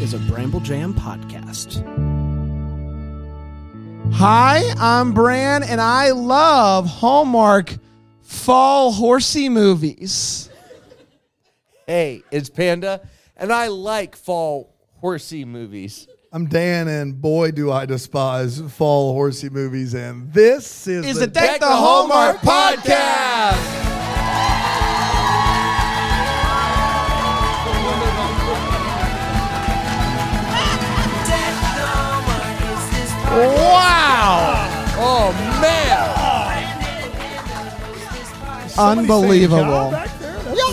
is a Bramble Jam podcast. Hi, I'm Bran, and I love Hallmark fall horsey movies. Hey, it's Panda, and I like fall horsey movies. I'm Dan, and boy, do I despise fall horsey movies. And this is, Is the it Deck the Hallmark podcast. Wow! Oh man, Unbelievable.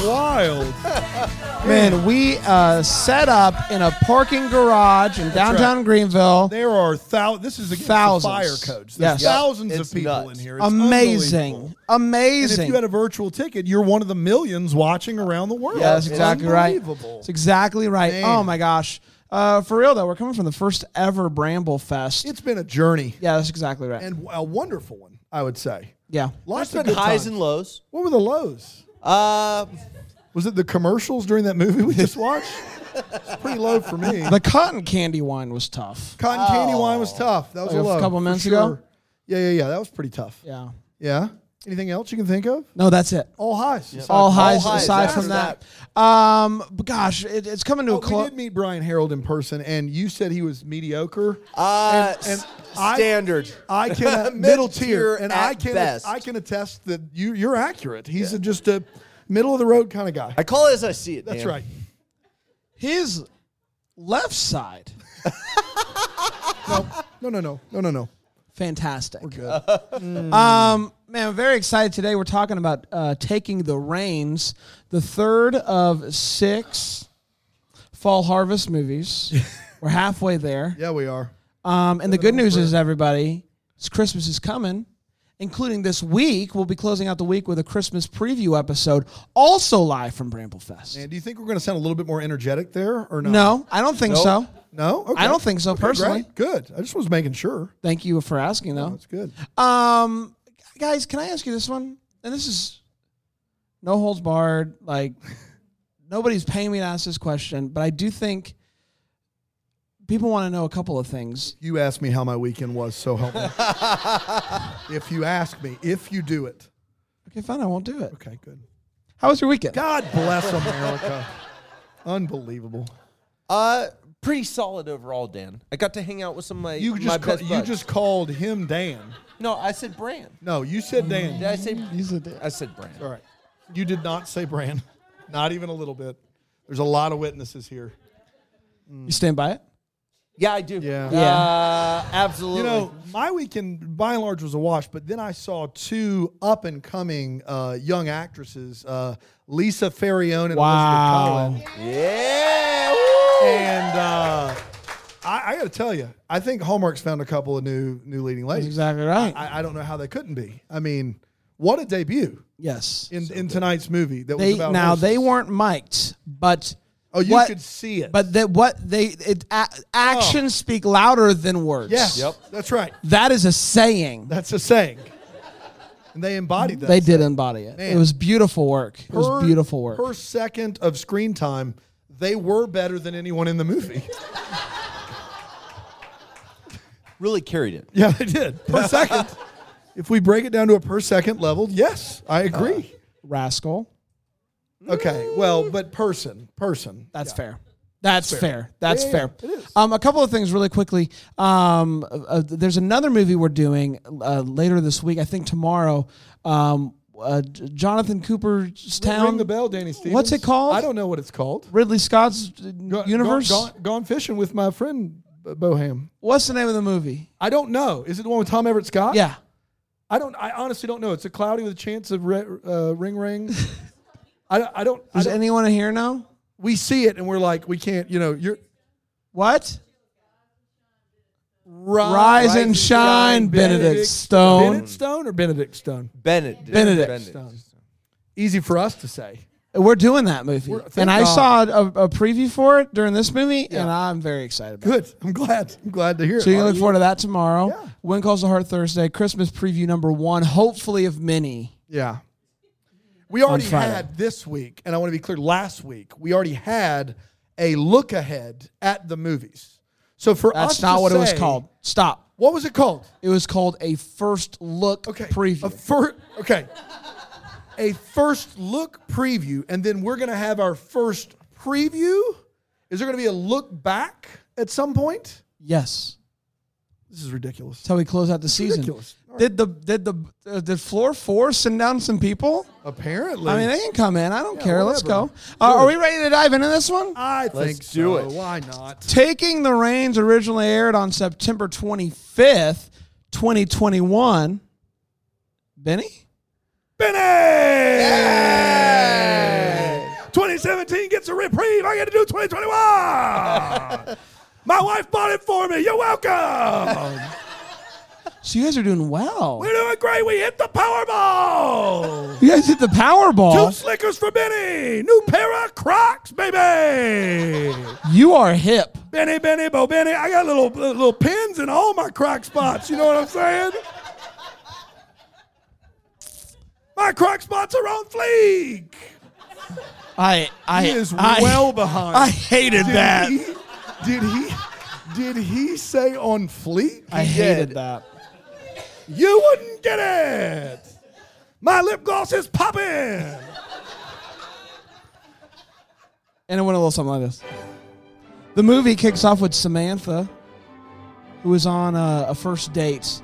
wild. Man, we uh, set up in a parking garage in downtown Greenville. There are thousands. This is against the Thousands. fire codes. Yes. There's thousands It's of people nuts. in here. It's Amazing. unbelievable. And if Amazing. you had a virtual ticket, you're one of the millions watching around the world. Yeah, that's exactly right. Unbelievable. That's exactly right. Man. Oh my gosh. Uh, for real though, we're coming from the first ever Bramble Fest. It's been a journey yeah, that's exactly right. and a wonderful one, I would say. yeah. Lots there's of been good highs times. and lows. What were the lows? Uh, Was it the commercials during that movie we just watched? it's pretty low for me. The cotton candy wine was tough. Cotton candy wine was tough. That was Oh. Like a a low. couple for minutes ago? sure. Yeah, yeah, yeah. That was pretty tough. Yeah. Yeah. Anything else you can think of? No, that's it. All highs. aside All from- highs, highs aside after from that. Um, but gosh, it, it's coming to a But Oh, we close. did meet Brian Harold in person, and you said he was mediocre. uh, And- and s- I- standard. I can Middle tier and at I can best. I can attest that you you're accurate. He's a- just a middle of the road kind of guy. I call it as I see it. That's man. right. His left side, No, no, no, no, no, no. fantastic. Good. Um, man, I'm very excited today. We're talking about uh, taking the reins, the third of six fall harvest movies. We're halfway there. yeah, we are. Um, and the good news is, everybody, it's Christmas is coming, including this week. We'll be closing out the week with a Christmas preview episode, also live from Bramble Fest. And do you think we're going to sound a little bit more energetic there, or not? No, I don't think so. no. Okay. I don't think so, Okay, personally. great. Good. I just was making sure. Thank you for asking, though. That's good. Um, guys, can I ask you this one? And this is no holds barred. Like nobody's paying me to ask this question, but I do think people want to know a couple of things. You asked me how my weekend was, so help me. if you ask me, if you do it. Okay, fine, I won't do it. Okay, good. How was your weekend? God bless America. Unbelievable. Uh, pretty solid overall, Dan. I got to hang out with some of my You my just ca- best you buds. just called him Dan. no. I said brand. No, you said Dan. Did I say? said Dan. I said brand. All right. You did not say Bran. Not even a little bit. There's a lot of witnesses here. You stand by it? Yeah, I do. Yeah. Yeah. Uh, absolutely. You know, my weekend by and large was a wash, but then I saw two up and coming uh, young actresses, uh, Lisa Ferrione and Wow. Elizabeth Cohen. yeah. woo! And uh, I, I got to tell you, I think Hallmark's found a couple of new new leading ladies. Exactly right. I, I don't know how they couldn't be. I mean, what a debut yes. in, in tonight's movie that was They about now they horses. weren't mic'd, but Oh, you what- could see it. Oh. But that what they it, a, actions speak louder than words. yes, Yep. that's right. That is a saying. That's a saying, and they embodied that. they did embody it. It Man. was beautiful work. it was Per- beautiful work. Per second of screen time, they were better than anyone in the movie. really carried it. yeah, they did per second. If we break it down to a per second level, yes, I agree. Rascal. okay, well, but person, person. Uh. That's fair. That's fair. That's Yeah, yeah, fair. yeah, it is. Um, a couple of things really quickly. Um, uh, uh, there's another movie we're doing uh, later this week. I think tomorrow. Um, uh, J- Jonathan Cooper's town. Ring the bell, Danny Stevens. What's it called? I don't know what it's called. Ridley Scott's uh, Go- universe. Gone, gone, gone fishing with my friend B- Boham. What's the name of the movie? I don't know. Is it the one with Tom Everett Scott? Yeah. I don't. I honestly don't know. It's a cloudy with a chance of re, uh, ring ring. I, don't- I don't. I Does don't- anyone here know? we see it and we're like, we can't. You know, you're What? rise, Rise and shine, Benedict Stone. Benedict Stone or Benedict Stone. Bennett. did. Benedict. Easy for us to say. We're doing that movie, We're- thank and I God. saw a, a preview for it during this movie, and I'm very excited. About it. Good. I'm glad. I'm glad to hear it. So you can Are look forward to that tomorrow. Yeah. When Calls the Heart Thursday, Christmas preview number one, hopefully of many. Yeah. We already Friday. had this week, and I want to be clear. Last week, we already had a look ahead at the movies. So for us, That's not to what it was say- called. Stop. What was it called? It was called a first look Okay, preview. A fir- okay, a first look preview, and then we're gonna have our first preview. Is there gonna be a look back at some point? yes. This is ridiculous. That's how we close out the season. ridiculous. All right. Did the did the uh, did floor four send down some people? Apparently, I mean, they can come in. I don't care. Let's whatever. go. Uh, are we ready to dive into this one? I think Let's do so. it. Why not? Taking the Reins originally aired on September 25th, 2021. Benny? Benny! 2017 gets a reprieve. I get to do 2021. My wife bought it for me. You're welcome. So you guys are doing well. We're doing great. We hit the Powerball. You guys hit the Two Powerball. slickers for Benny. New pair of Crocs, baby. You are hip. Benny, Benny, Bo Benny. I got little little pins in all my Croc spots. You know what I'm saying? My Croc spots are on fleek. I I He is I- well behind. I hated did that. He, did he? Did he say on fleek? I He hated did. that. You wouldn't get it. My lip gloss is popping. And it went a little something like this. The movie kicks off with Samantha, who is on a, a first date,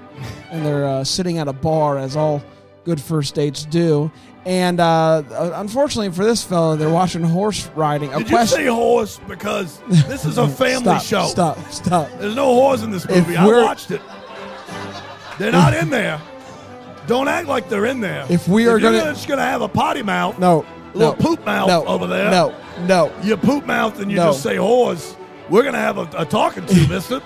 and they're uh, sitting at a bar, as all good first dates do. And uh, unfortunately for this fella, they're watching horse riding. A Did you question. say horse? Because this is a family stop, show. Stop! Stop! There's no whores in this movie. I we're- watched it. They're not in there. Don't act like they're in there. If we are you're gonna- just gonna have a potty mouth, No. little No. poop mouth no, over there. No. No. you poop mouth and you No. just say whores, we're gonna have a, a talking to, Mister.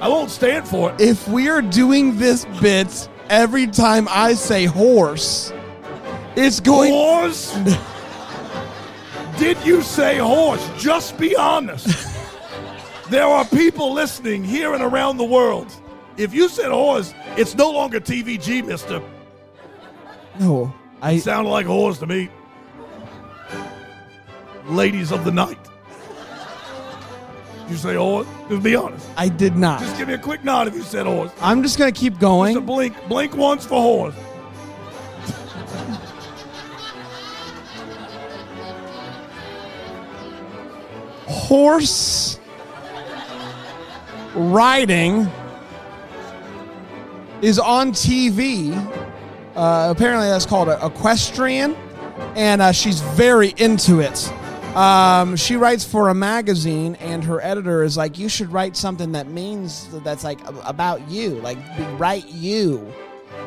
I won't stand for it. If we are doing this bit every time I say horse, it's going. Horse? Did you say horse? Just be honest. there are people listening here and around the world. If you said horse, it's no longer TVG, mister. No. I. Sounded like horse to me. Ladies of the night. You say horse? Just be honest. I did not. Just give me a quick nod if you said horse. I'm just gonna keep Just a going. blink. Blink once for horse. Horse riding is on TV. Uh, apparently, that's called a- equestrian, and uh, she's very into it. Um, she writes for a magazine, and her editor is like, "You should write something that means that's like ab- about you, like be- write you."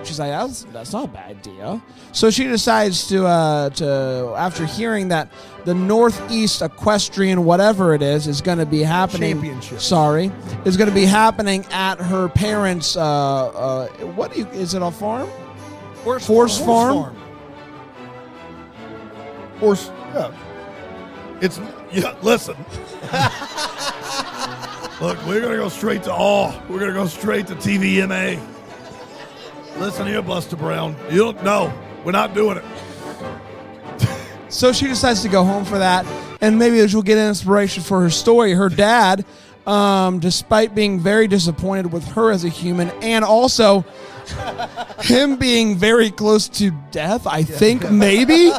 She's like, that's, that's not a bad idea. So she decides to, uh, to after hearing that the Northeast Equestrian, whatever it is, is going to be happening. Championship. Sorry, is going to be happening at her parents' uh, uh, what do you, is it a farm? Horse, Horse farm? Horse. Yeah. It's yeah. Listen. Look, we're gonna go straight to all. We're gonna go straight to TVMA. Listen here, Buster Brown. You don't know. We're not doing it. So she decides to go home for that, and maybe she'll get inspiration for her story. Her dad, um, despite being very disappointed with her as a human, and also him being very close to death, I think maybe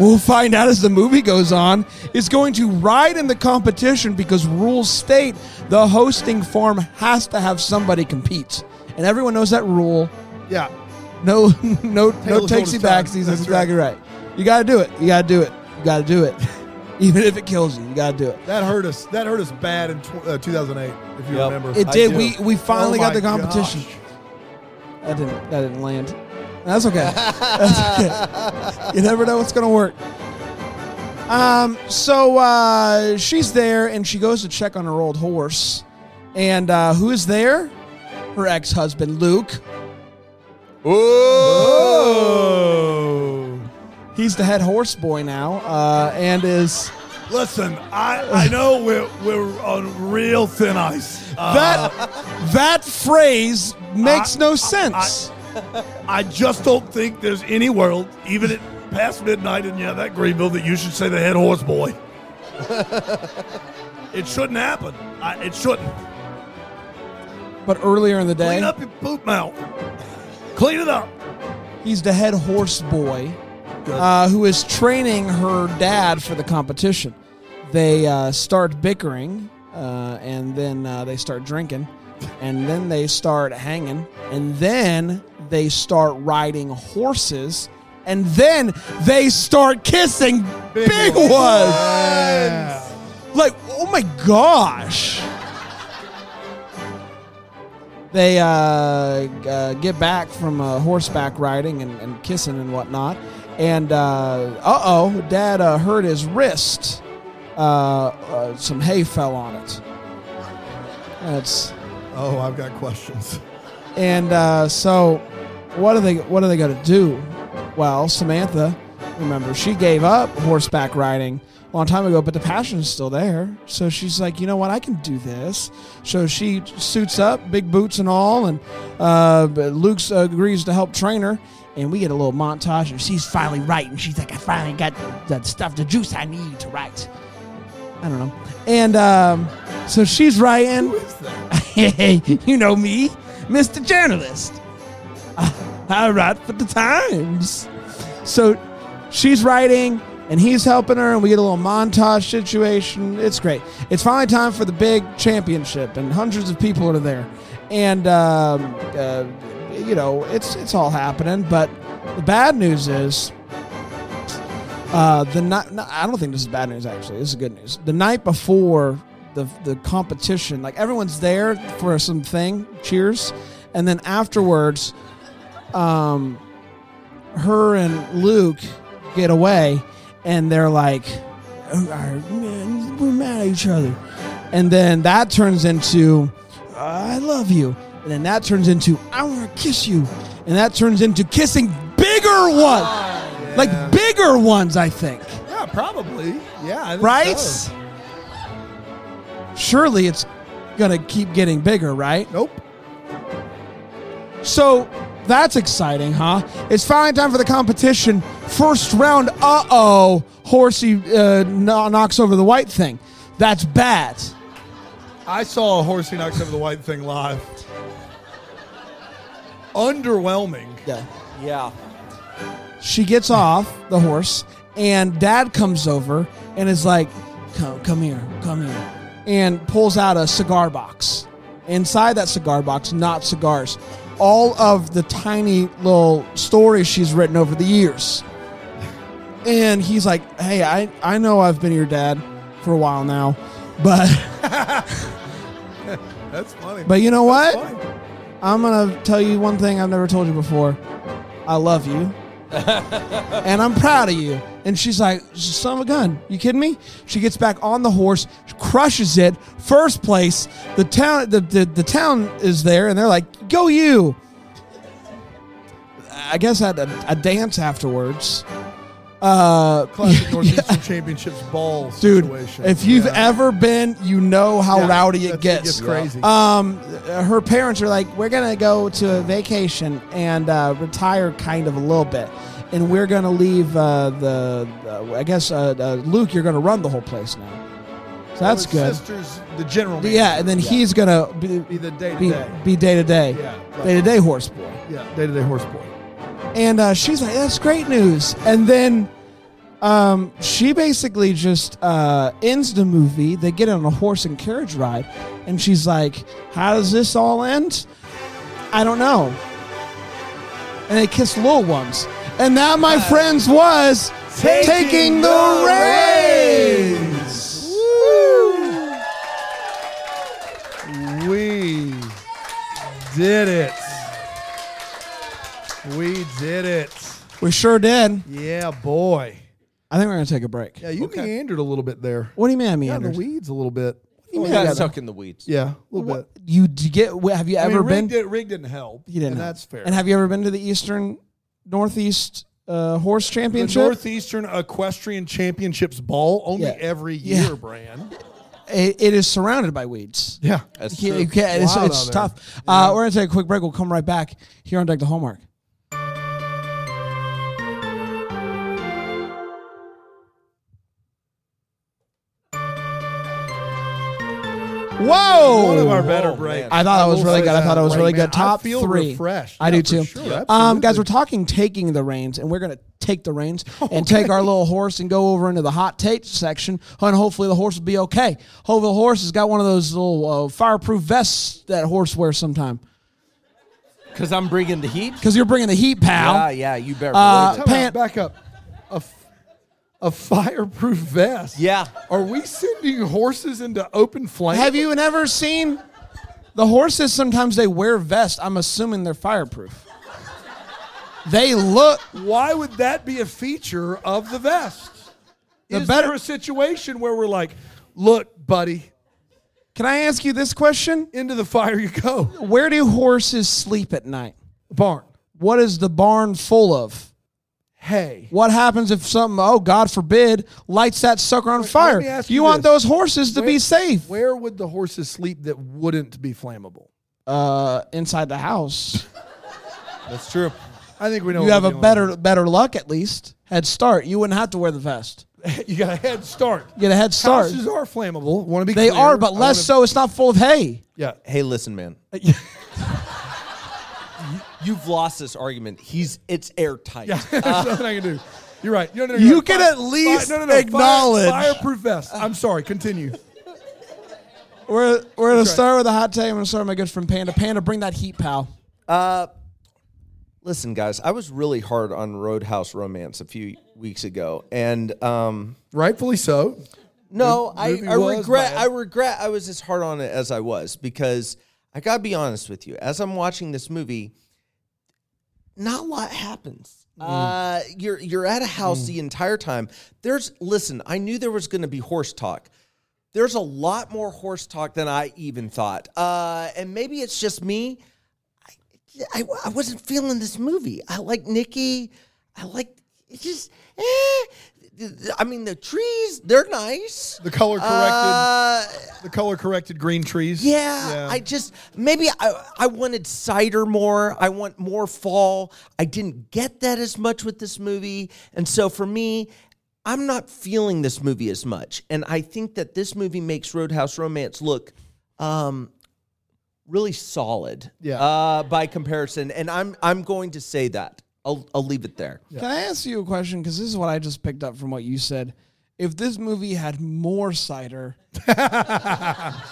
we'll find out as the movie goes on, is going to ride in the competition because rules state the hosting farm has to have somebody compete, and everyone knows that rule. Yeah. No, no, no as old as takesy time. backsies. That's That's exactly right. You gotta do it. You gotta do it. You gotta do it. Even if it kills you, you gotta do it. That hurt us. That hurt us bad in tw- uh, 2008. If you Yep. remember, It I did. do. We we finally Oh got the my competition. gosh. That didn't that didn't land. That's okay. That's okay. You never know what's gonna work. Um. So uh, she's there, and she goes to check on her old horse, and uh, who is there? Her ex-husband Luke. Oh. He's the head horse boy now, uh, and is. Listen, I, I know we're, we're on real thin ice. Uh, That that phrase makes I- no I- sense. I just don't think there's any world, even at past midnight in yeah that Greenville, that you should say the head horse boy. It shouldn't happen. I, it shouldn't. But earlier in the Clean day, up your poop mouth. Clean it up. he's the head horse boy uh, who is training her dad for the competition. They uh, start bickering uh, and then uh, they start drinking and then they start hanging and then they start riding horses and then they start kissing big, ones. Like, oh my gosh. They uh, uh, get back from uh, horseback riding and, and kissing and whatnot. And uh oh, dad uh, hurt his wrist. Uh, uh, some hay fell on it. That's Oh, I've got questions. and uh, so what are they what are they going to do? Well, Samantha, remember she gave up horseback riding a long time ago, but the passion is still there. So she's like, you know what, I can do this. So she suits up, big boots and all, and uh, Luke agrees to help train her. And we get a little montage, and she's finally writing. She's like, I finally got that stuff, the juice I need to write. I don't know. And um, so she's writing. Hey, you know me, Mr. Journalist. Uh, I, I write for the Times. So she's writing and he's helping her, and we get a little montage situation. It's great. It's finally time for the big championship, and hundreds of people are there. And, um, uh, you know, it's, it's all happening. But the bad news is uh, the night. No, I don't think this is bad news. Actually, this is good news. The night before the the competition, like everyone's there for some thing, cheers, and then afterwards, um, her and Luke get away, and they're like, "Oh, our- man, "We're mad at each other," and then that turns into, "I love you," and then that turns into, "I want to kiss you," and that turns into kissing bigger ones, like bigger ones, I think Yeah, probably. Yeah, I think right? so. Surely it's gonna keep getting bigger, right? Nope. So that's exciting, huh? It's finally time for the competition. First round, uh oh, horsey uh, kno- knocks over the white thing. That's bad. I saw a horse who knocks over the white thing live. Underwhelming. Yeah. Yeah. she gets off the horse and dad comes over and is like come come here come here and pulls out a cigar box inside that cigar box not cigars all of the tiny little stories she's written over the years and he's like hey i, I know i've been your dad for a while now but That's funny. but you know That's what funny. i'm gonna tell you one thing i've never told you before i love you and I'm proud of you. And she's like, son of a gun, you kidding me? She gets back on the horse, crushes it, first place. The town, the, the, the town is there, and they're like, go you. I guess I had a, a dance afterwards. Uh, Classic Northeastern Championships ball dude, situation. if you've Yeah. ever been, you know how Yeah, rowdy it that's- gets. crazy. Um, uh, her parents are like, we're gonna go to a vacation and uh, retire kind of a little bit, and we're gonna leave uh, the, the. I guess uh, uh, Luke, you're gonna run the whole place now. So that's His good. Sister's the general. manager. Yeah, and then he's gonna be be the day to be day. be day to day, Yeah, right. day to day horse boy. Yeah, day to day horse boy. And uh, she's like, that's great news. And then um, she basically just uh, ends the movie. They get on a horse and carriage ride. And she's like, how does this all end? I don't know. And they kiss little ones. And that, my friends, was Taking, the, Reins. We did it. We did it. We sure did. Yeah, boy. I think we're going to take a break. Yeah, you meandered a little bit there. What do you mean I Got in meandered? the weeds a little bit. You mean got I got- stuck in the weeds. Yeah, a little What- You d- get? wh- Have you I mean, ever Rig been? Did, Rig didn't help. You didn't. And know. that's fair. And have you ever been to the Eastern Northeast uh, Horse the Championship? Northeastern Equestrian Championships ball only Yeah. every Yeah. year, Brand. It- it is surrounded by weeds. Yeah. That's You true. can't- you can't- it's Wild it's out there. tough. Uh, we're gonna take a quick break. We'll come right back here on Deck the Hallmark. Whoa! One of our better breaks. I thought that was will really say good. I that thought it was right really now. good. Top I feel three. refreshed. I Yeah, do for too. sure. um, Absolutely. guys, we're talking taking the reins, and we're gonna take the reins and take our little horse and go over into the hot take section, and hopefully the horse will be okay. Hopefully the horse has got one of those little uh, fireproof vests that horse wears sometime. Because I'm bringing the heat. Because you're bringing the heat, pal. Yeah, yeah, you better. Uh, believe it. Time Pant- out, back up. A, f- a fireproof vest. Yeah. Are we sending horses into open flames? Have you never seen the horses? Sometimes they wear vests. I'm assuming they're fireproof. They look Why would that be a feature of the vest? the Is better. there a situation where we're like, look, buddy, Can I ask you this question? into the fire you go? Where do horses sleep at night? Barn. What is the barn full of? Hey. What happens if something, oh God forbid, lights that sucker on fire? me ask You, you want this. those horses to be safe Where would the horses sleep that wouldn't be flammable? uh, inside the house. That's true. I think we know. You what have we're a doing. better better luck at least head start. You wouldn't have to wear the vest. you got a head start. Get a head start. Houses are flammable. Want to be? They clear. are, but I less wanna- so. It's not full of hay. Yeah. Hey, listen, man. Uh, You've lost this argument. He's it's airtight. Yeah. There's Uh, nothing I can do. You're right. No, no, no, You no. can Fire- at least fire- no, no, no. Fire- acknowledge- fireproof vest. I'm sorry. Continue. We're we're gonna right. start with a hot take. I'm gonna start with my good friend Panda. Panda, bring that heat, pal. Listen, guys, I was really hard on Roadhouse Romance a few weeks ago, and um, Rightfully so. no, I, movie I was regret. bad. I regret. I was as hard on it as I was because I gotta be honest with you. As I'm watching this movie, not a lot happens. Mm. Uh, you're you're at a house the entire time. There's listen. I knew there was going to be horse talk. There's a lot more horse talk than I even thought. Uh, and maybe it's just me. I, I, I wasn't feeling this movie. I like Nikki. I like it's just. Eh. I mean, the trees they're nice. The color corrected. Uh, the color corrected green trees. yeah, I just maybe I, I wanted cider more. I want more fall. I didn't get that as much with this movie, and so for me, I'm not feeling this movie as much. And I think that this movie makes Roadhouse Romance look um, really solid, Yeah. uh, by comparison. And I'm I'm going to say that. I'll I'll leave it there. Can I ask you a question? Because this is what I just picked up from what you said. If this movie had more cider,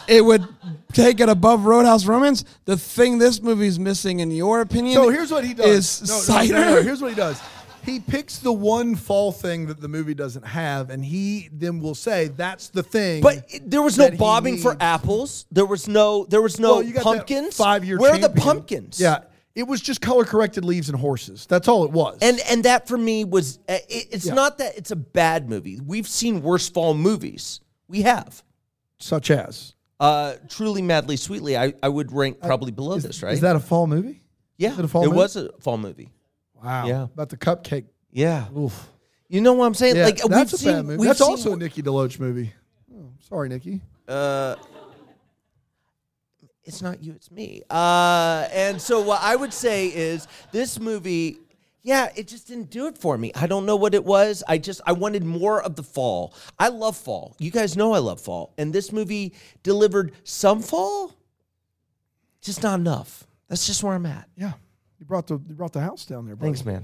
it would take it above Roadhouse Romance. The thing this movie's missing, in your opinion, So here's what he does. is No, no, cider. no, no, Here's what he does. He picks the one fall thing that the movie doesn't have, and he then will say, "That's the thing." But it- there was no that he bobbing for needs. apples. There was no there was no Well, you got that pumpkins. Five-year. Where are the champion. pumpkins? Yeah, it was just color corrected leaves and horses. That's all it was. and and that for me was uh, it, it's Yeah. not that it's a bad movie. We've seen worse fall movies. We have. such as Uh, Truly, madly, sweetly. I, I would rank probably below is, this, right? Is that a fall movie? yeah? is it a fall movie? was a fall movie. Wow. Yeah. About the cupcake. Yeah. Oof. You know what I'm saying? Yeah, like uh, that's we've a seen. bad movie. We've that's seen, also a Nikki DeLoach movie. Oh, sorry, Nikki. It's not you. It's me. Uh, and so what I would say is this movie. Yeah, it just didn't do it for me. I don't know what it was. I just I wanted more of the fall. I love fall. You guys know I love fall. And this movie delivered some fall, just not enough. That's just where I'm at. Yeah. You brought the you brought the house down there. Buddy. Thanks, man.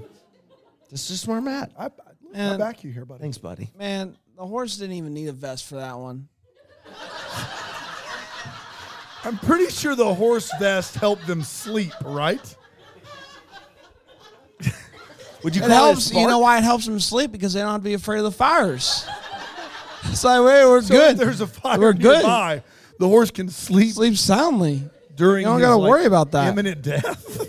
That's just where I'm at. I, I, I And- back you here, buddy. Thanks, buddy. Man, the horse didn't even need a vest for that one. I'm pretty sure the horse vest helped them sleep, right? Would you It helps. You know why it helps them sleep? Because they don't have to be afraid of the fires. it's like, wait, we're So good. If there's a fire We're good. nearby, the horse can sleep Sleep soundly. during. You don't his, gotta like, worry about that. Imminent death.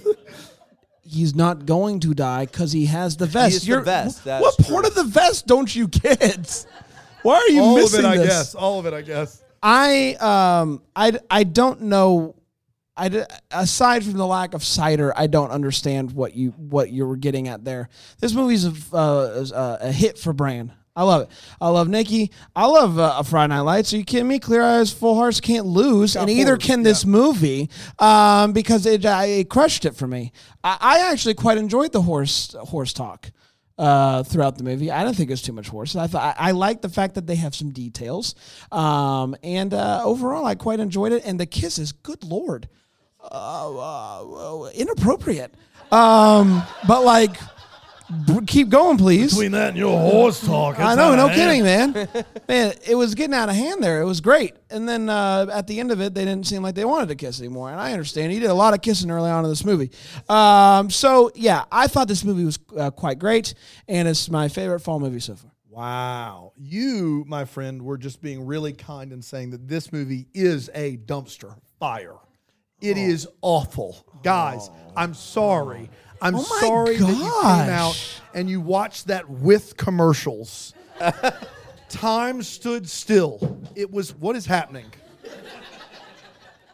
He's not going to die because he has the vest. has the vest, wh- that What is part true. of the vest don't you get? Why are you All of missing it, I this? guess. All of it, I guess. I um I I don't know. I d- aside from the lack of cider, I don't understand what you what you were getting at there. This movie's a uh, a, a hit for Bran. I love it. I love Nikki. I love uh, Friday Night Lights. Are you kidding me? Clear eyes, full hearts can't lose, and either horror, can this movie um, because it, I, it crushed it for me. I, I actually quite enjoyed the horse horse talk. uh, throughout the movie. I don't think it was too much worse. I thought I, I like the fact that they have some details, um, and uh, overall, I quite enjoyed it. And the kisses, good lord, uh, uh, inappropriate. Um, but like, b- keep going, please. Between that and your horse talk, I it's know, out no of hand. kidding, man. Man, it was getting out of hand there. It was great. And then uh, at the end of it, they didn't seem like they wanted to kiss anymore. And I understand. He did a lot of kissing early on in this movie. Um, so, yeah, I thought this movie was uh, quite great. And it's my favorite fall movie so far. Wow. You, my friend, were just being really kind and saying that this movie is a dumpster fire. Oh. It is awful. Guys, I'm sorry. I'm Oh my sorry that you gosh. came out and you watched that with commercials. Time stood still. It was what is happening?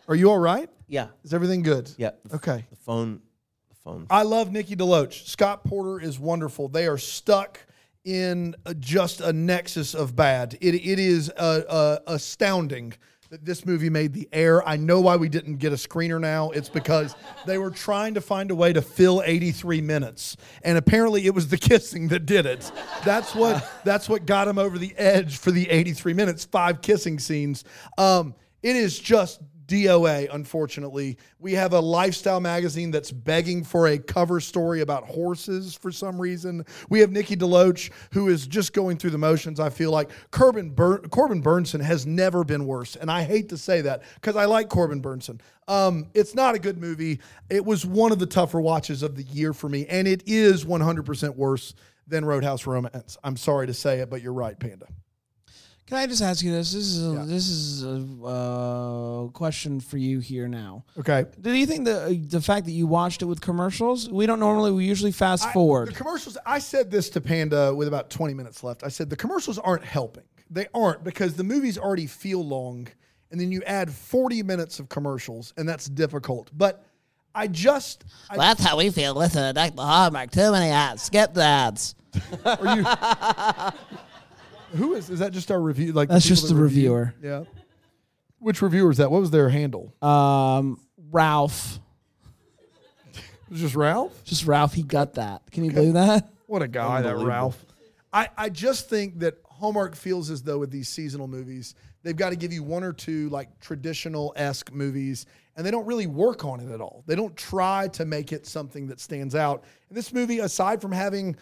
Are you all right? Yeah. Is everything good? Yeah. Okay. The phone. The phone. Uh, I love Nikki DeLoach. Scott Porter is wonderful. They are stuck in a- just a nexus of bad. It, it is uh, uh, astounding that this movie made the air. I know why we didn't get a screener now. It's because they were trying to find a way to fill 83 minutes, and apparently it was the kissing that did it. That's what that's what got him over the edge for the 83 minutes, five kissing scenes. Um, it is just DOA, unfortunately. We have a lifestyle magazine that's begging for a cover story about horses for some reason. We have Nikki DeLoach, who is just going through the motions, I feel like. Corbin, Bur- Corbin Burnson has never been worse. And I hate to say that because I like Corbin Burnson. Um, it's not a good movie. It was one of the tougher watches of the year for me. And it is 100% worse than Roadhouse Romance. I'm sorry to say it, but you're right, Panda. Can I just ask you this? This is a, this is a uh, question for you here now. Okay. Do you think the uh, the fact that you watched it with commercials? We don't normally. We usually fast I- forward. The commercials. I said this to Panda with about 20 minutes left. I said the commercials aren't helping. They aren't because the movies already feel long, and then you add 40 minutes of commercials, and that's difficult. But I just I, That's how we feel listening to Dr. Hallmark. oh, Too many ads. Skip the ads. are you. Who is is that? Just our review? Like That's people just that the review? reviewer. Yeah. Which reviewer is that? What was their handle? Um, Ralph, it was just Ralph. just Ralph. He got that. Can you believe that? What a guy, that Ralph. I, I just think that Hallmark feels as though with these seasonal movies, they've got to give you one or two like traditional esque movies, and they don't really work on it at all. They don't try to make it something that stands out. And this movie, aside from having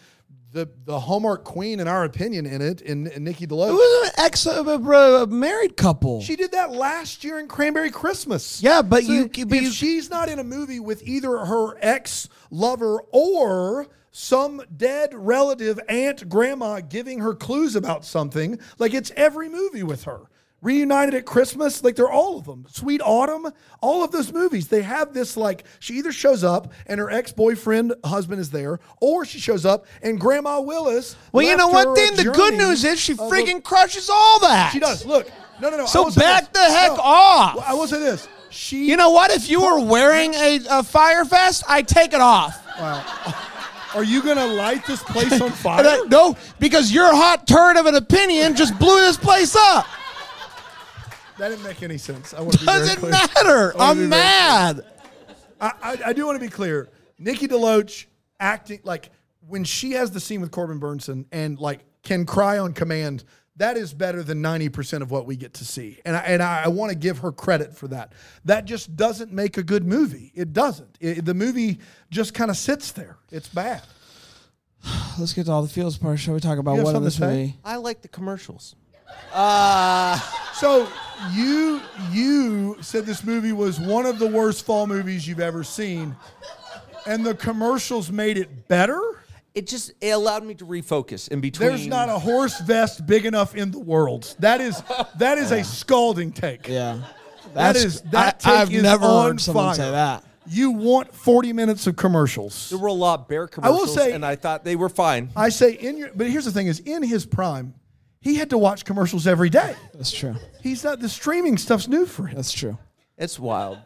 the the Hallmark queen, in our opinion, in it, in, in Nikki DeLoach, It was an ex a, a- a married couple. she did that last year in Cranberry Christmas. Yeah, but you- but if you- she's not in a movie with either her ex lover or some dead relative, aunt, grandma giving her clues about something, like it's every movie with her. Reunited at Christmas, like they're all of them. Sweet Autumn, all of those movies, they have this like she either shows up and her ex boyfriend husband is there, or she shows up and Grandma Willis. well, you left know her what? a Then the good journey news is she of a- freaking crushes all that. she does. Look, no, no, no. I So will say back this. the heck No. off. Well, I will say this. She, You know what? If you were wearing a, a fire vest, I take it off. are you gonna light this place on And fire? I- no, because your hot turd of an opinion just blew this place up. that didn't make any sense. I want to be very Doesn't clear. matter. I wanna be very I'm mad. I, I, I do want to be clear. Nikki DeLoach acting like when she has the scene with Corbin Burnson and like can cry on command. That is better than ninety percent of what we get to see, and I, and I, I want to give her credit for that. That just doesn't make a good movie. It doesn't. It, the movie just kind of sits there. It's bad. Let's get to all the feels part. Shall we talk about You have what in this something to say? movie? I like the commercials. So you you said this movie was one of the worst fall movies you've ever seen, and the commercials made it better. It just it allowed me to refocus in between. There's not a horse vest big enough in the world. That is that is a scalding take. Yeah. That That's- is that I, take I've is never on heard someone fire. say that. You want 40 minutes of commercials. There were a lot of bear I will commercials, say- and I thought they were fine. I say in your but here's the thing is in his prime, he had to watch commercials every day. That's true. He's not the streaming stuff's new for him. That's true. It's wild.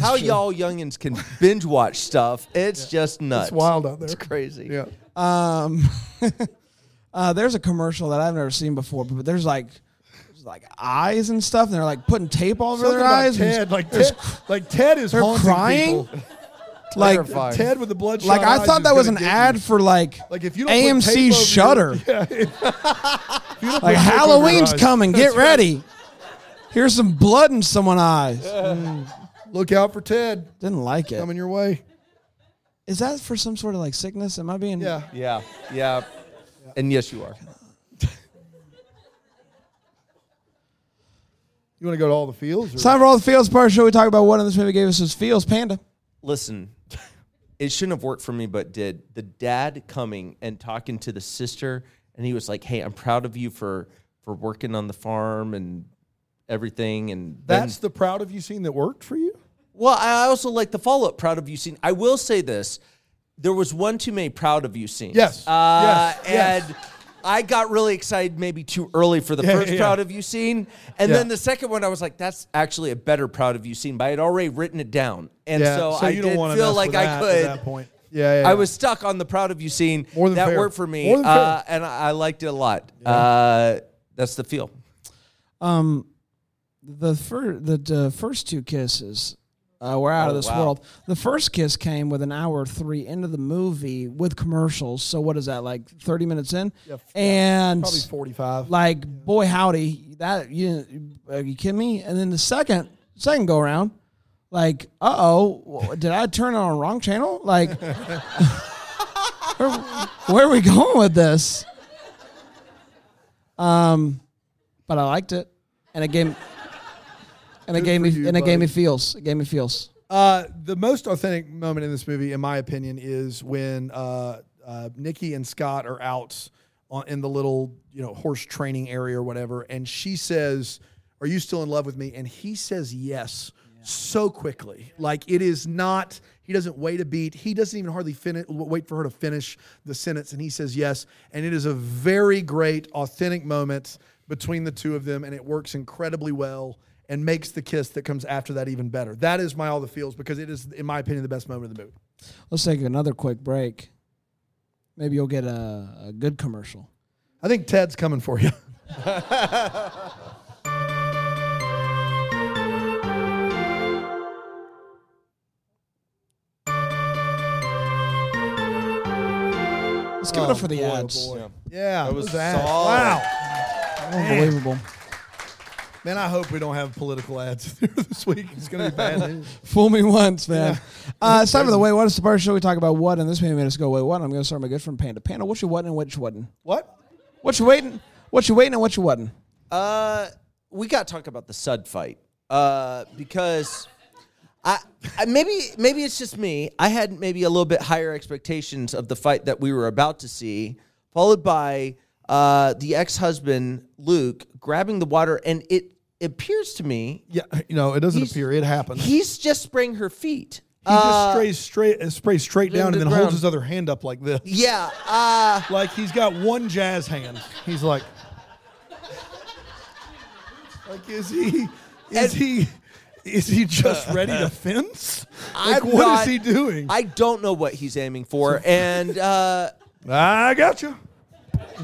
How y'all youngins can binge watch stuff? It's just nuts. It's wild out there. It's crazy. Yeah. Um, uh, there's a commercial that I've never seen before, but there's like, there's like eyes and stuff, and they're like putting tape all over Something their about eyes. and Ted, like Ted, like Ted is they're haunting crying. people. Like, Terrifying. Ted with the bloodshot. like I eyes thought is that was an gonna get ad you. for like, Like if you don't put tape AMC over your- Shutter. You don't put Like tape over your Halloween's eyes. coming. Get ready. Here's some blood in someone's eyes. Look out for Ted Didn't like it. coming your way. Is that for some sort of like sickness? Am I being? Yeah. Yeah, yeah. And yes, you are. You want to go to all the fields? Or? It's time for all the feels part show. We talk about what in this movie gave us his feels. Panda. Listen, it shouldn't have worked for me, but did. The dad coming and talking to the sister, and he was like, "Hey, I'm proud of you for for working on the farm and everything." And then- That's the proud of you scene that worked for you. Well, I also like the follow up proud of you scene. I will say this. There was one too many proud of you scenes. Yes. Uh, Yes. Yes. And I got really excited maybe too early for the Yeah, first yeah, yeah. proud of you scene. And Yeah. then the second one, I was like, that's actually a better proud of you scene, but I had already written it down. And so, I you don't did wanna feel mess like with I that could. At that point, yeah, yeah, I yeah. was stuck on the proud of you scene. More than that fair. worked for me. More than uh, and I I liked it a lot. Uh, that's the feel. Um, the fir- the uh, first two kisses uh, were out of Oh, this wow. world. The first kiss came with an hour three into the movie with commercials. So what is that like? Thirty minutes in, Yeah, and probably forty-five. like boy howdy that you didn't- are you kidding me and then the second second go around like uh-oh w- did i turn on a wrong channel like where, where are we going with this um but i liked it and it gave and it gave me you, and it gave me buddy. feels it gave me feels Uh, the most authentic moment in this movie, in my opinion, is when uh, uh, Nikki and Scott are out on, in the little you know horse training area or whatever, and she says, "Are you still in love with me?" And he says, "Yes." So quickly, like it is not. He doesn't wait a beat. He doesn't even hardly finish. Wait for her to finish the sentence, and he says yes. And it is a very great, authentic moment between the two of them, and it works incredibly well and makes the kiss that comes after that even better. That is my all the feels because it is, in my opinion, the best moment of the movie. let's take another quick break maybe you'll get a, a good commercial I think Ted's coming for you. let's give it Oh, up for the ads Yeah, that was solid. wow, unbelievable man. I hope we don't have political ads this week. It's gonna be bad. news. Fool me once, man. Uh, it's time for the Wait What. It's the part of the show we talk about what, and this made us go, Wait What? I'm going to start with my good friend Panda. Panda, what you whatting and what you whatting? what? What you waiting? What you waiting and what you whatting? Uh, we got to talk about the Sud fight uh, because I, I maybe maybe it's just me. I had maybe a little bit higher expectations of the fight that we were about to see, followed by uh, the ex-husband Luke grabbing the water, and it appears to me Yeah, you know, it doesn't He's- appear. It happens. He he's just spraying her feet. Uh, just strays straight, uh, sprays straight down, to and the then holds ground. his other hand up like this. Yeah, uh, Like he's got one jazz hand. He's like, like is he, And- is he, is he just ready to fence? Like I'm what is not- he doing? I don't know what he's aiming for, and uh, I got you.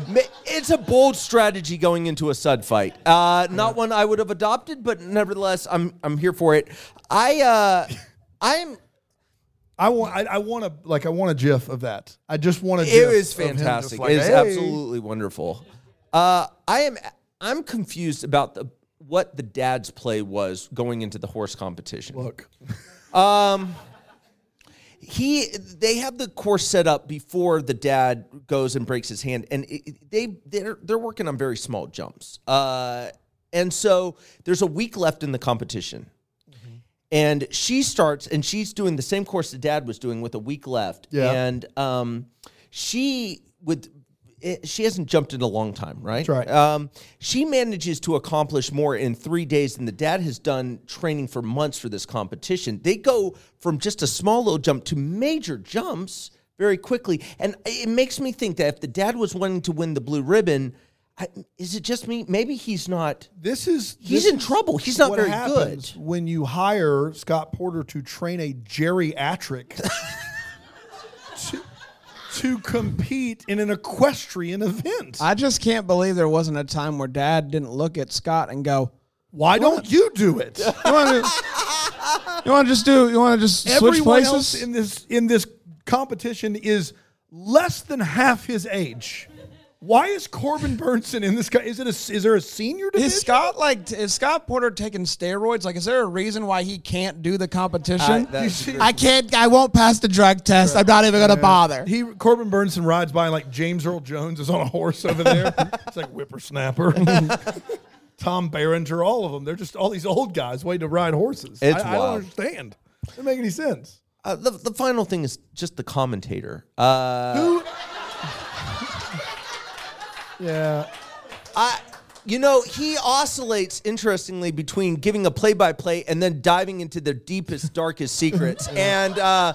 Ma- It's a bold strategy going into a sud fight. Uh, not one I would have adopted, but nevertheless, I'm I'm here for it. I uh, I'm. I want, I, I want to, like, I want a GIF of that. I just want a. It GIF is of him just fantastic. like, it is "Hey." absolutely wonderful. Uh, I am. I'm confused about the what the dad's play was going into the horse competition. Look, he they have the course set up before the dad goes and breaks his hand and it, it- they they're they're working on very small jumps uh and so there's a week left in the competition and she starts and she's doing the same course the dad was doing with a week left Yeah. and um she with it, she hasn't jumped in a long time right That's right. um, she manages to accomplish more in three days than the dad has done training for months for this competition. They go from just a small little jump to major jumps very quickly. And it makes me think that if the dad was wanting to win the blue ribbon, I, is it just me? Maybe he's not. this is He's this in is trouble. He's not what very happens good. When you hire Scott Porter to train a geriatric to, to compete in an equestrian event, I just can't believe there wasn't a time where Dad didn't look at Scott and go, why don't you do it? "You wanna- You want to just do? You want to just switch Everyone else places? in this in this competition is less than half his age. Why is Corbin Burnson in this guy? Is it a is there a senior division? is Scott like? t- Is Scott Porter taking steroids? Like, is there a reason why he can't do the competition? that- That's You see- I can't. I won't pass the drug test. I'm not even gonna bother. He Corbin Burnson rides by and like James Earl Jones is on a horse over there. it's like whippersnapper. Tom Berenger, all of them. They're just all these old guys waiting to ride horses. I- It's I, wild. don't understand. Doesn't make any sense. Uh, the, the final thing is just the commentator. Uh, Yeah. I, you know, he oscillates interestingly between giving a play-by-play and then diving into the deepest, darkest secrets. and uh,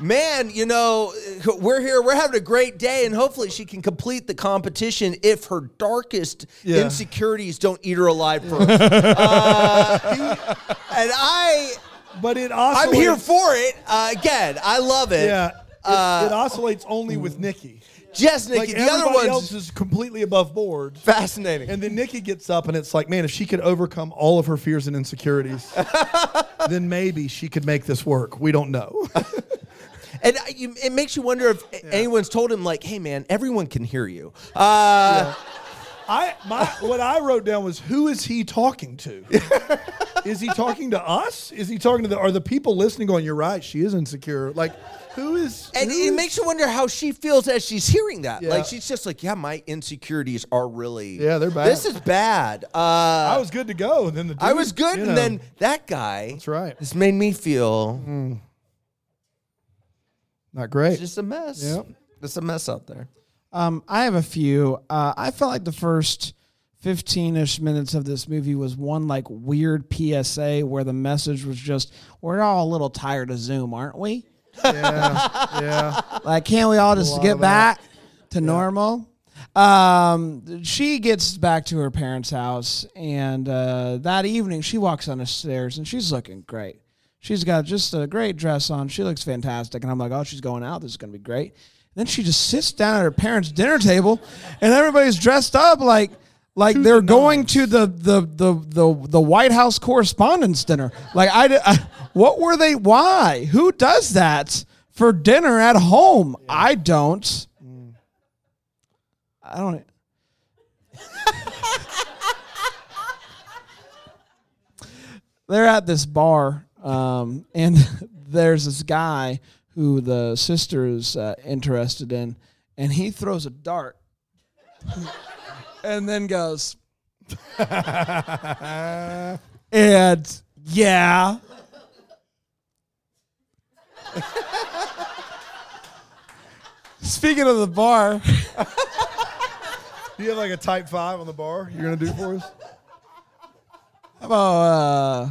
man, you know, we're here, we're having a great day, and hopefully she can complete the competition if her darkest Yeah. insecurities don't eat her alive first. uh, and I, But it oscillates. I'm here for it. Uh, again, I love it. Yeah. It, it oscillates only with Nikki. Just Nikki, Like the other everybody one's else is completely above board. fascinating. And then Nikki gets up and it's like, man, if she could overcome all of her fears and insecurities, then maybe she could make this work. We don't know. And I- you, it makes you wonder if anyone's told him, like, hey, man, everyone can hear you. Uh, I my what I wrote down was who is he talking to? is he talking to us? Is he talking to the are the people listening going, You're right, she is insecure? Like who is and who it is- makes you wonder how she feels as she's hearing that. Yeah. Like, she's just like, yeah, my insecurities are really. Yeah, they're bad. This is bad. Uh, I, I was, was good to go. And then the dude, good. you And know. then that guy. That's right. Mm. This made me feel Not great. just a mess. Yep. It's a mess out there. Um, I have a few. Uh, I felt like the first 15 ish minutes of this movie was one like weird PSA where the message was just, we're all a little tired of Zoom, aren't we? yeah. Like, can't we all just get back to normal? Um, she gets back to her parents' house, and uh, that evening she walks on the stairs and she's looking great. She's got just a great dress on. She looks fantastic, and I'm like, oh, she's going out. This is gonna be great. then she just sits down at her parents' dinner table, and everybody's dressed up like. Like they're going to the the, the the the White House Correspondents' Dinner. Like I, di- I- what were they? Why? Who does that for dinner at home? I don't. I don't. They're at this bar, um, and there's this guy who the sister is uh, interested in, and he throws a dart, and then goes, and yeah. Speaking of the bar. Do you have like a type five on the bar you're gonna do for us? about uh,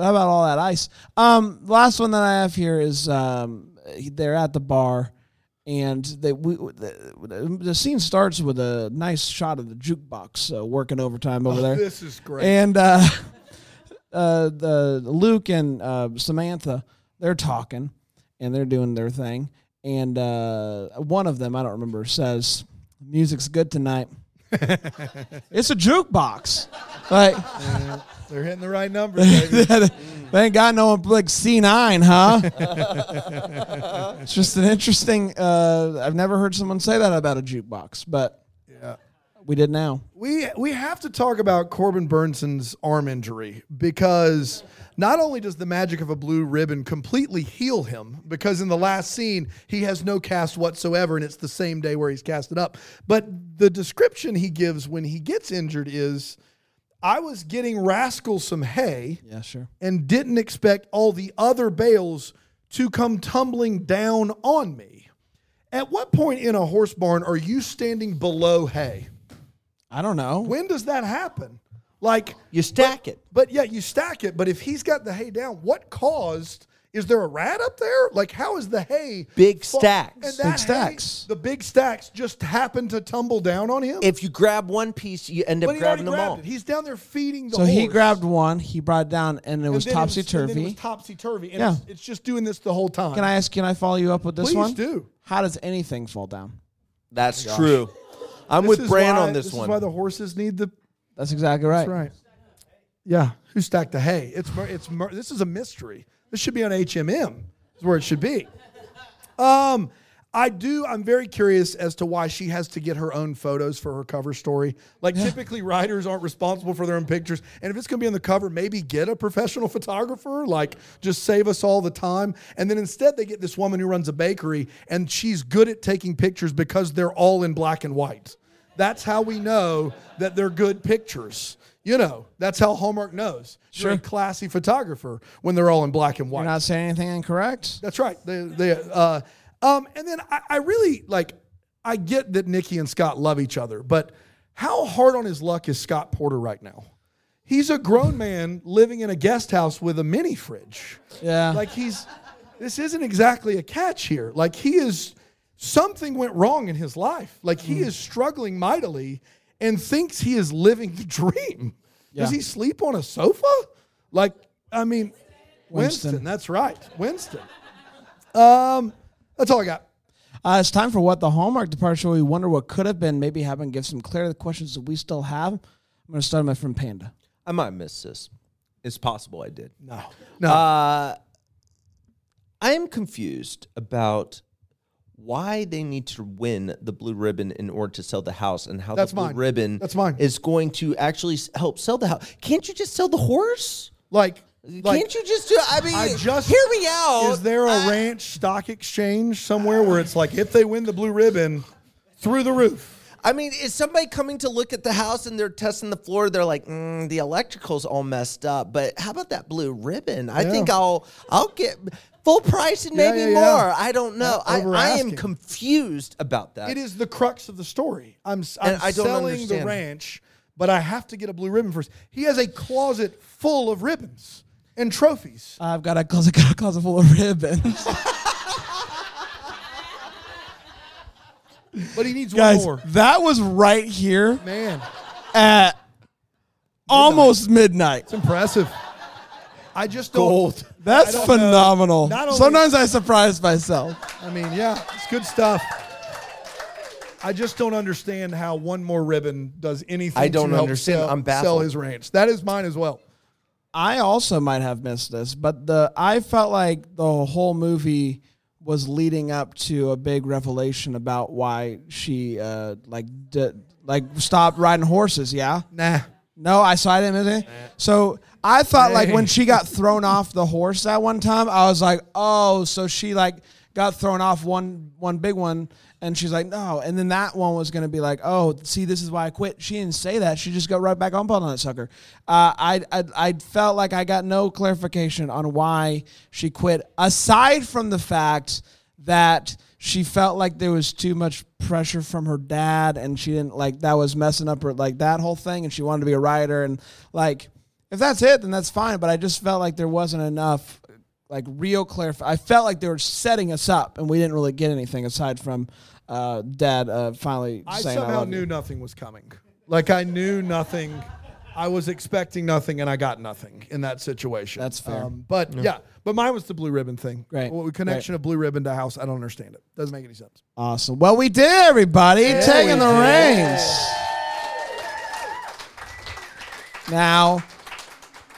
how about all that ice? Um, last one that I have here is um, they're at the bar, and they we the, the- the scene starts with a nice shot of the jukebox uh, working overtime over there. Oh, This is great. And uh, uh, the Luke and uh, Samantha, they're talking and they're doing their thing. And uh, one of them, I don't remember, says, "Music's good tonight." it's a jukebox, like They're hitting the right numbers, baby. they ain't got no like C nine, huh? it's just an interesting. Uh, I've never heard someone say that about a jukebox, but yeah. we did now. We we have to talk about Corbin Burnson's arm injury because not only does the magic of a blue ribbon completely heal him, because in the last scene he has no cast whatsoever, and it's the same day where he's casted up. But the description he gives when he gets injured is, "I was getting Rascal some hay." Yeah, sure. and didn't expect all the other bales to come tumbling down on me. At what point in a horse barn are you standing below hay? I don't know. When does that happen? Like, You stack it. but yeah, you stack it, but if he's got the hay down, what caused? Is there a rat up there? Like, how is the hay Big fu- stacks. And Big that hay- stacks. the big stacks just happened to tumble down on him. If you grab one piece, you end up but he already grabbing them grabbed all. it. He's down there feeding the So he horse. grabbed one, he brought it down, and it was then it was- topsy and then It was turvy. topsy turvy. And Yeah. it's, it's just doing this the whole time. Can I ask? Can I follow you up with this Please one? do. How does anything fall down? That's true. I'm Oh This with is Bran why- on this, Is one. why the horses need the That's exactly right. right. Yeah, who stacked the hay? It's mur- it's mur- this is a mystery. This should be on HMM. Is where it should be. Um, I do. I'm very curious as to why she has to get her own photos for her cover story. Like typically, writers aren't responsible for their own pictures, and if it's going to be on the cover, maybe get a professional photographer. Like just save us all the time. And then instead, they get this woman who runs a bakery, and she's good at taking pictures because they're all in black and white. That's how we know that they're good pictures. You know, that's how Hallmark knows. You're a classy photographer when they're all in black and white. You're not saying anything incorrect. That's right. They, they, uh, um, and then I, I really like. I get that Nikki and Scott love each other, but how hard on his luck is Scott Porter right now? He's a grown man living in a guest house with a mini fridge. Yeah. Like he's. This isn't exactly a catch here. Like he is. Something went wrong in his life. Like he Hmm. is struggling mightily and thinks he is living the dream. Does Yeah. he sleep on a sofa? Like, I mean, Winston. Winston. That's right, Winston. Um, that's all I got. Uh, it's time for what the Hallmark departure. We wonder what could have been. Maybe have and give some clarity to the questions that we still have. I'm going to start with my friend Panda. I might miss this. It's possible I did. No, no. Uh, I am confused about why they need to win the blue ribbon in order to sell the house and how That's the blue mine. ribbon That's mine. is going to actually s- help sell the house. Can't you just sell the horse? like, like, Can't you just do I mean, I just hear me out. Is there a ranch stock exchange somewhere where it's like if they win the blue ribbon, through the roof? I mean, is somebody coming to look at the house and they're testing the floor? They're like, mm, the electrical's all messed up, but how about that blue ribbon? I think I'll I'll get full price and Yeah, maybe yeah, yeah. more. I don't know. I, over I am asking. confused about that. It is the crux of the story. I'm, s- I'm And I don't selling the understand. ranch, but I have to get a blue ribbon first. He has a closet full of ribbons and trophies. I've got a closet, got a closet full of ribbons. But he needs Guys, one more. that was right here Man, at almost midnight. impressive. I just don't. Gold. I That's don't know. phenomenal. Not only- Sometimes I surprise myself. I mean, yeah, it's good stuff. I just don't understand how one more ribbon does anything. I don't to help understand. Sell, I'm baffled. Sell his ranch. That is mine as well. I also might have missed this, but the I felt like the whole movie was leading up to a big revelation about why she uh, like d- like stopped riding horses. Yeah. Nah. No, I saw I didn't miss anything. So I thought like when she got thrown off the horse that one time, I was like, oh, so she like got thrown off one one big one, and she's like, no, and then that one was gonna be like, oh, see, this is why I quit. She didn't say that. She just got right back on on that sucker. Uh, I, I I felt like I got no clarification on why she quit, aside from the fact that she felt like there was too much pressure from her dad and she didn't like that was messing up her like that whole thing and she wanted to be a writer and like if that's it then that's fine but i just felt like there wasn't enough like real clarif i felt like they were setting us up and we didn't really get anything aside from uh, dad uh, finally I saying I somehow love knew you. nothing was coming. Like I knew nothing. I was expecting nothing, and I got nothing in that situation. Um, That's fair. but yeah. but mine was the blue ribbon thing. Great. Well, the connection of blue ribbon to house. I don't understand it. Doesn't make any sense. awesome well we did everybody taking we the did. reins now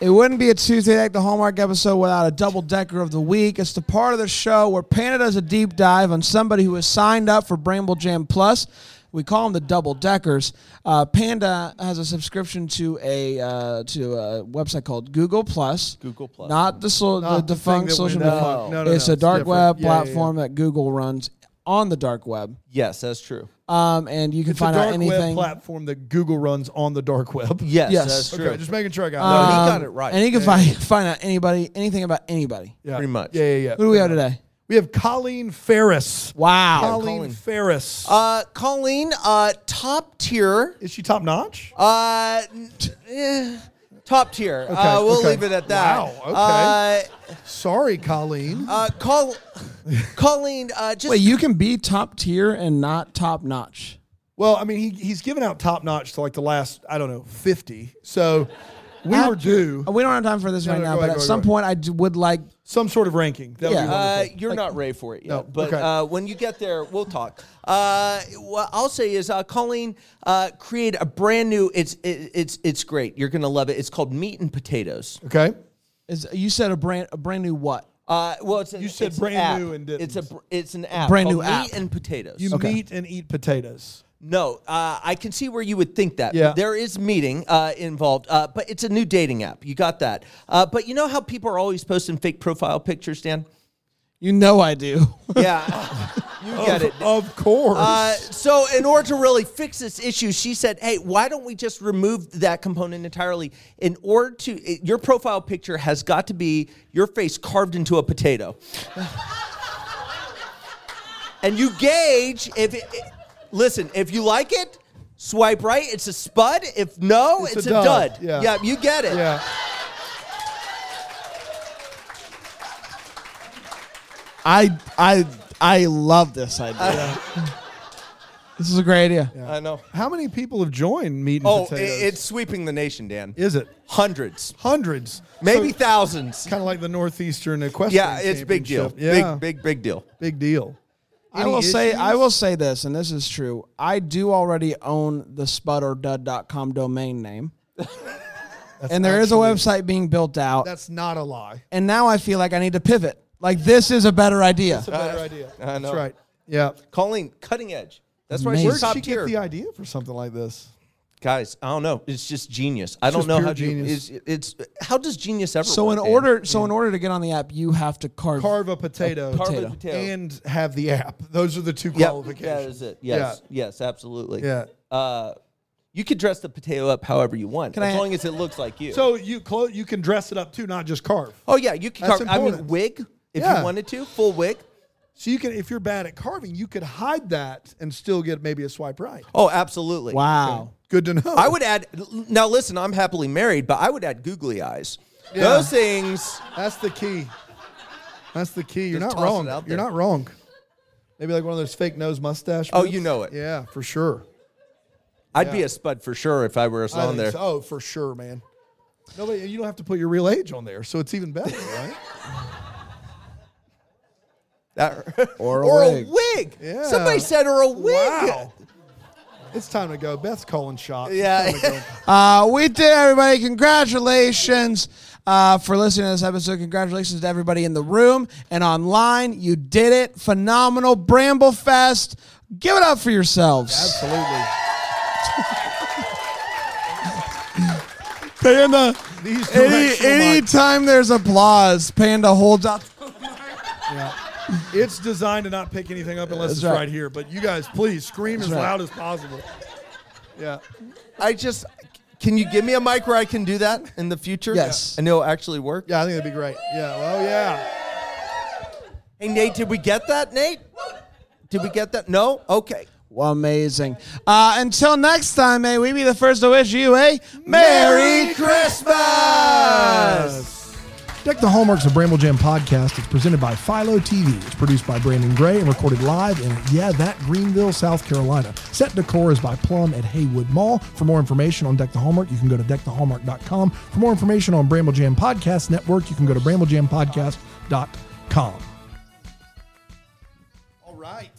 It wouldn't be a Tuesday Night the Hallmark episode without a double decker of the week. It's the part of the show where Panda does a deep dive on somebody who has signed up for Bramble Jam Plus. We call them the double deckers. Uh, Panda has a subscription to a uh, to a website called Google Plus. Google Plus. not the, so, Not Ah, the the thing defunct that social went- media. no. No, no, it's no, a it's dark different. web Yeah, yeah, yeah. platform that Google runs on the dark web, yes, that's true. um, and you can It's a find out dark web anything. platform that Google runs on the dark web. Yes, Yes. that's true. Okay, just making sure I got No, that. he Um, got it right. and you can find find out anybody anything about anybody. Yeah. pretty much. Yeah, yeah, yeah. Who do we have today? We have Colleen Ferris. Wow. Colleen, Colleen. Ferris. uh, Colleen, uh, top tier. Is she top notch? Uh, n- eh, top tier. uh, we'll okay. leave it at that. Wow, okay. Uh, Sorry, Colleen. Uh, call, Colleen. Uh, just Wait, you can be top tier and not top notch. well, I mean, he, he's given out top notch to like the last, I don't know, 50. So We were due Uh, We don't have time for this No, right no, now, go but ahead, at go ahead, some go ahead. point, I d- would like. some sort of ranking. That Yeah. would be Uh, wonderful. you're not ready for it yet, No, but okay. uh, when you get there, we'll talk. Uh, what I'll say is, uh, Colleen, uh, create a brand new. It's it, it's it's great. You're gonna love it. It's called Meat and Potatoes. okay. Is you said a brand a brand new what? Uh, well, it's an, You said it's an brand app. new and didn't. it's a br- it's an app Brand new called app. Meat and Potatoes. You meet and eat potatoes. No, uh, I can see where you would think that. Yeah. There is meeting uh, involved, uh, but it's a new dating app. You got that. Uh, but you know how people are always posting fake profile pictures, Dan? You know I do. Yeah. you get it. Of course. Uh, so, in order to really fix this issue, she said, "Hey, why don't we just remove that component entirely? In order to, it- your profile picture has got to be your face carved into a potato, and you gauge if it, it- listen if you like it." Swipe right, it's a spud. If no, it's, It's a a, dud. dud, yeah. you get it. yeah. I I I love this idea. this is a great idea. I know. Uh, How many people have joined meat and Oh, i- potatoes? it's sweeping the nation, Dan. is it Hundreds, hundreds? maybe thousands. kind of like the northeastern equestrian. Yeah, it's big deal. Championship. Yeah, Big, big, big deal. big deal. I Any will say I issues? will say this, and this is true. I do already own the spudderdud.com domain name. and there is actually- a website being built out. That's not a lie. And now I feel like I need to pivot. Like this is a better idea. Uh, It's a better idea. I know. That's right. Yeah. Colleen, cutting edge. That's why Amazing. she's Where top did she tier. get the idea for something like this? Guys, I don't know. It's just genius. I don't just know pure how do you, genius. it's, it's how does genius ever So work, in Dan? order so in order to get on the app, you have to carve, Carve a potato, Carve a potato. potato. and have the app. Those are the two Yep, that qualifications. is it. Yes, yes, absolutely. Yeah. Uh, you could dress the potato up however you want, as I- long as it looks like you. So you clo- you can dress it up too, not just carve. oh yeah, you could. That's Carve, I mean, important. wig if Yeah. you wanted to, full wig. So you can, if you're bad at carving, you could hide that and still get maybe a swipe right. Oh, absolutely. Wow. Good to know. I would add. Now listen, I'm happily married, but I would add googly eyes. Those things. That's the key. That's the key. You're Just not toss it wrong. out You're there. not wrong. Maybe like one of those fake nose mustache. Oh, moves. you know it. Yeah, for sure. I'd be a spud for sure if I were I on think there. so. Oh, for sure, man. Nobody, you don't have to put your real age on there, so it's even better, right? That- Or a wig. Yeah. Somebody said or a wig. Wow. it's time to go. Beth's calling shots. It's Yeah. time to go. Uh, we did, it, everybody. Congratulations uh, for listening to this episode. Congratulations to everybody in the room and online. You did it. Phenomenal. Bramble Fest. Give it up for yourselves. Absolutely. Panda. These Any, directional mics. anytime there's applause, Panda holds up. It's designed to not pick anything up unless That's it's right. right. here. But you guys, please scream as right. loud as possible. Yeah. I just can you give me a mic where I can do that in the future? Yes. And it'll actually work. Yeah, I think that'd be great. Yeah. Well, yeah. Hey Nate, did we get that, Nate? Did we get that? No? Okay. Well, amazing. Uh, until next time, may we be the first to wish you a Merry Christmas! Deck the Hallmarks of Bramble Jam podcast is presented by Philo TV. It's produced by Brandon Gray and recorded live in, yeah, that Greenville, South Carolina. Set decor is by Plum at Haywood Mall. For more information on Deck the Hallmark, you can go to deckthehallmark.com. For more information on Bramble Jam Podcast Network, you can go to bramblejampodcast.com. All right.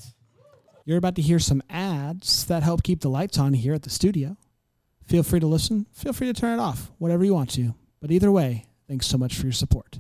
You're about to hear some ads that help keep the lights on here at the studio. Feel free to listen, feel free to turn it off, whatever you want to. But either way, thanks so much for your support.